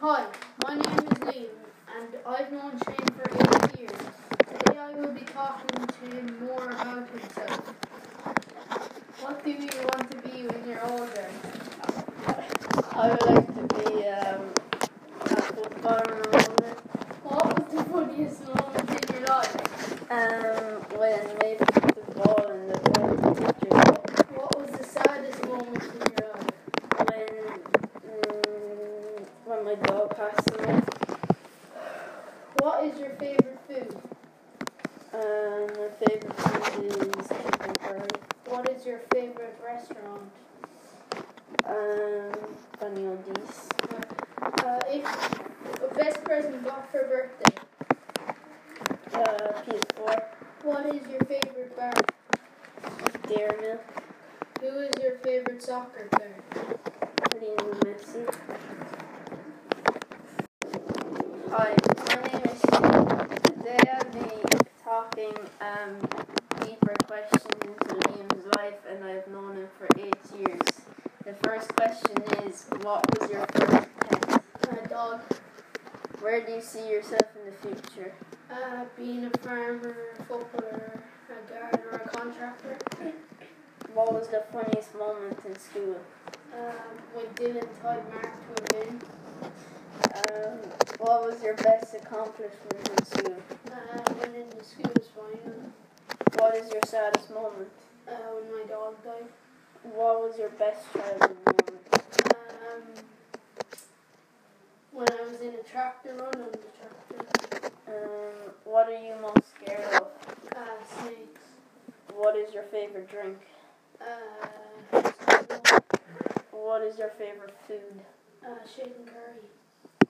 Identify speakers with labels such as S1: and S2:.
S1: Hi, my name is Liam, and I've known Shane for eight years. Today I will be talking to him more about himself. What do you want to be when you're older?
S2: I would like to be um, a footballer
S1: What was the funniest moment in your life?
S2: um, when they put the ball in the goal teacher
S1: What was the saddest moment in your life?
S2: when, mm, when my dog passed away.
S1: What is your favourite food?
S2: Um, my favourite food is chicken curry.
S1: What is your favourite restaurant?
S2: Um, bunny on these.
S1: Uh, if best present got for birthday.
S2: Uh, PS4.
S1: What is your favourite bar?
S2: Dare milk.
S1: Who is your favourite soccer player?
S2: Lionel Messi. Hi, my name is Shane. Today I'll be talking um, deeper questions into Liam's life, and I've known him for eight years. The first question is, what was your first pet?
S1: My dog.
S2: Where do you see yourself in the future?
S1: Uh, being a farmer, a footballer, a gardener, a contractor.
S2: What was the funniest moment in school?
S1: Um, when Dylan tied Mark to a bin.
S2: Um, what was your best accomplishment in school?
S1: Uh, winning the school's final.
S2: What is your saddest moment?
S1: Uh, when my dog died.
S2: What was your best childhood moment?
S1: Um, when I was in a tractor run on the tractor.
S2: Um, what are you most scared of?
S1: Uh, snakes.
S2: What is your favorite drink?
S1: Uh,
S2: What is your favorite food?
S1: uh, chicken curry.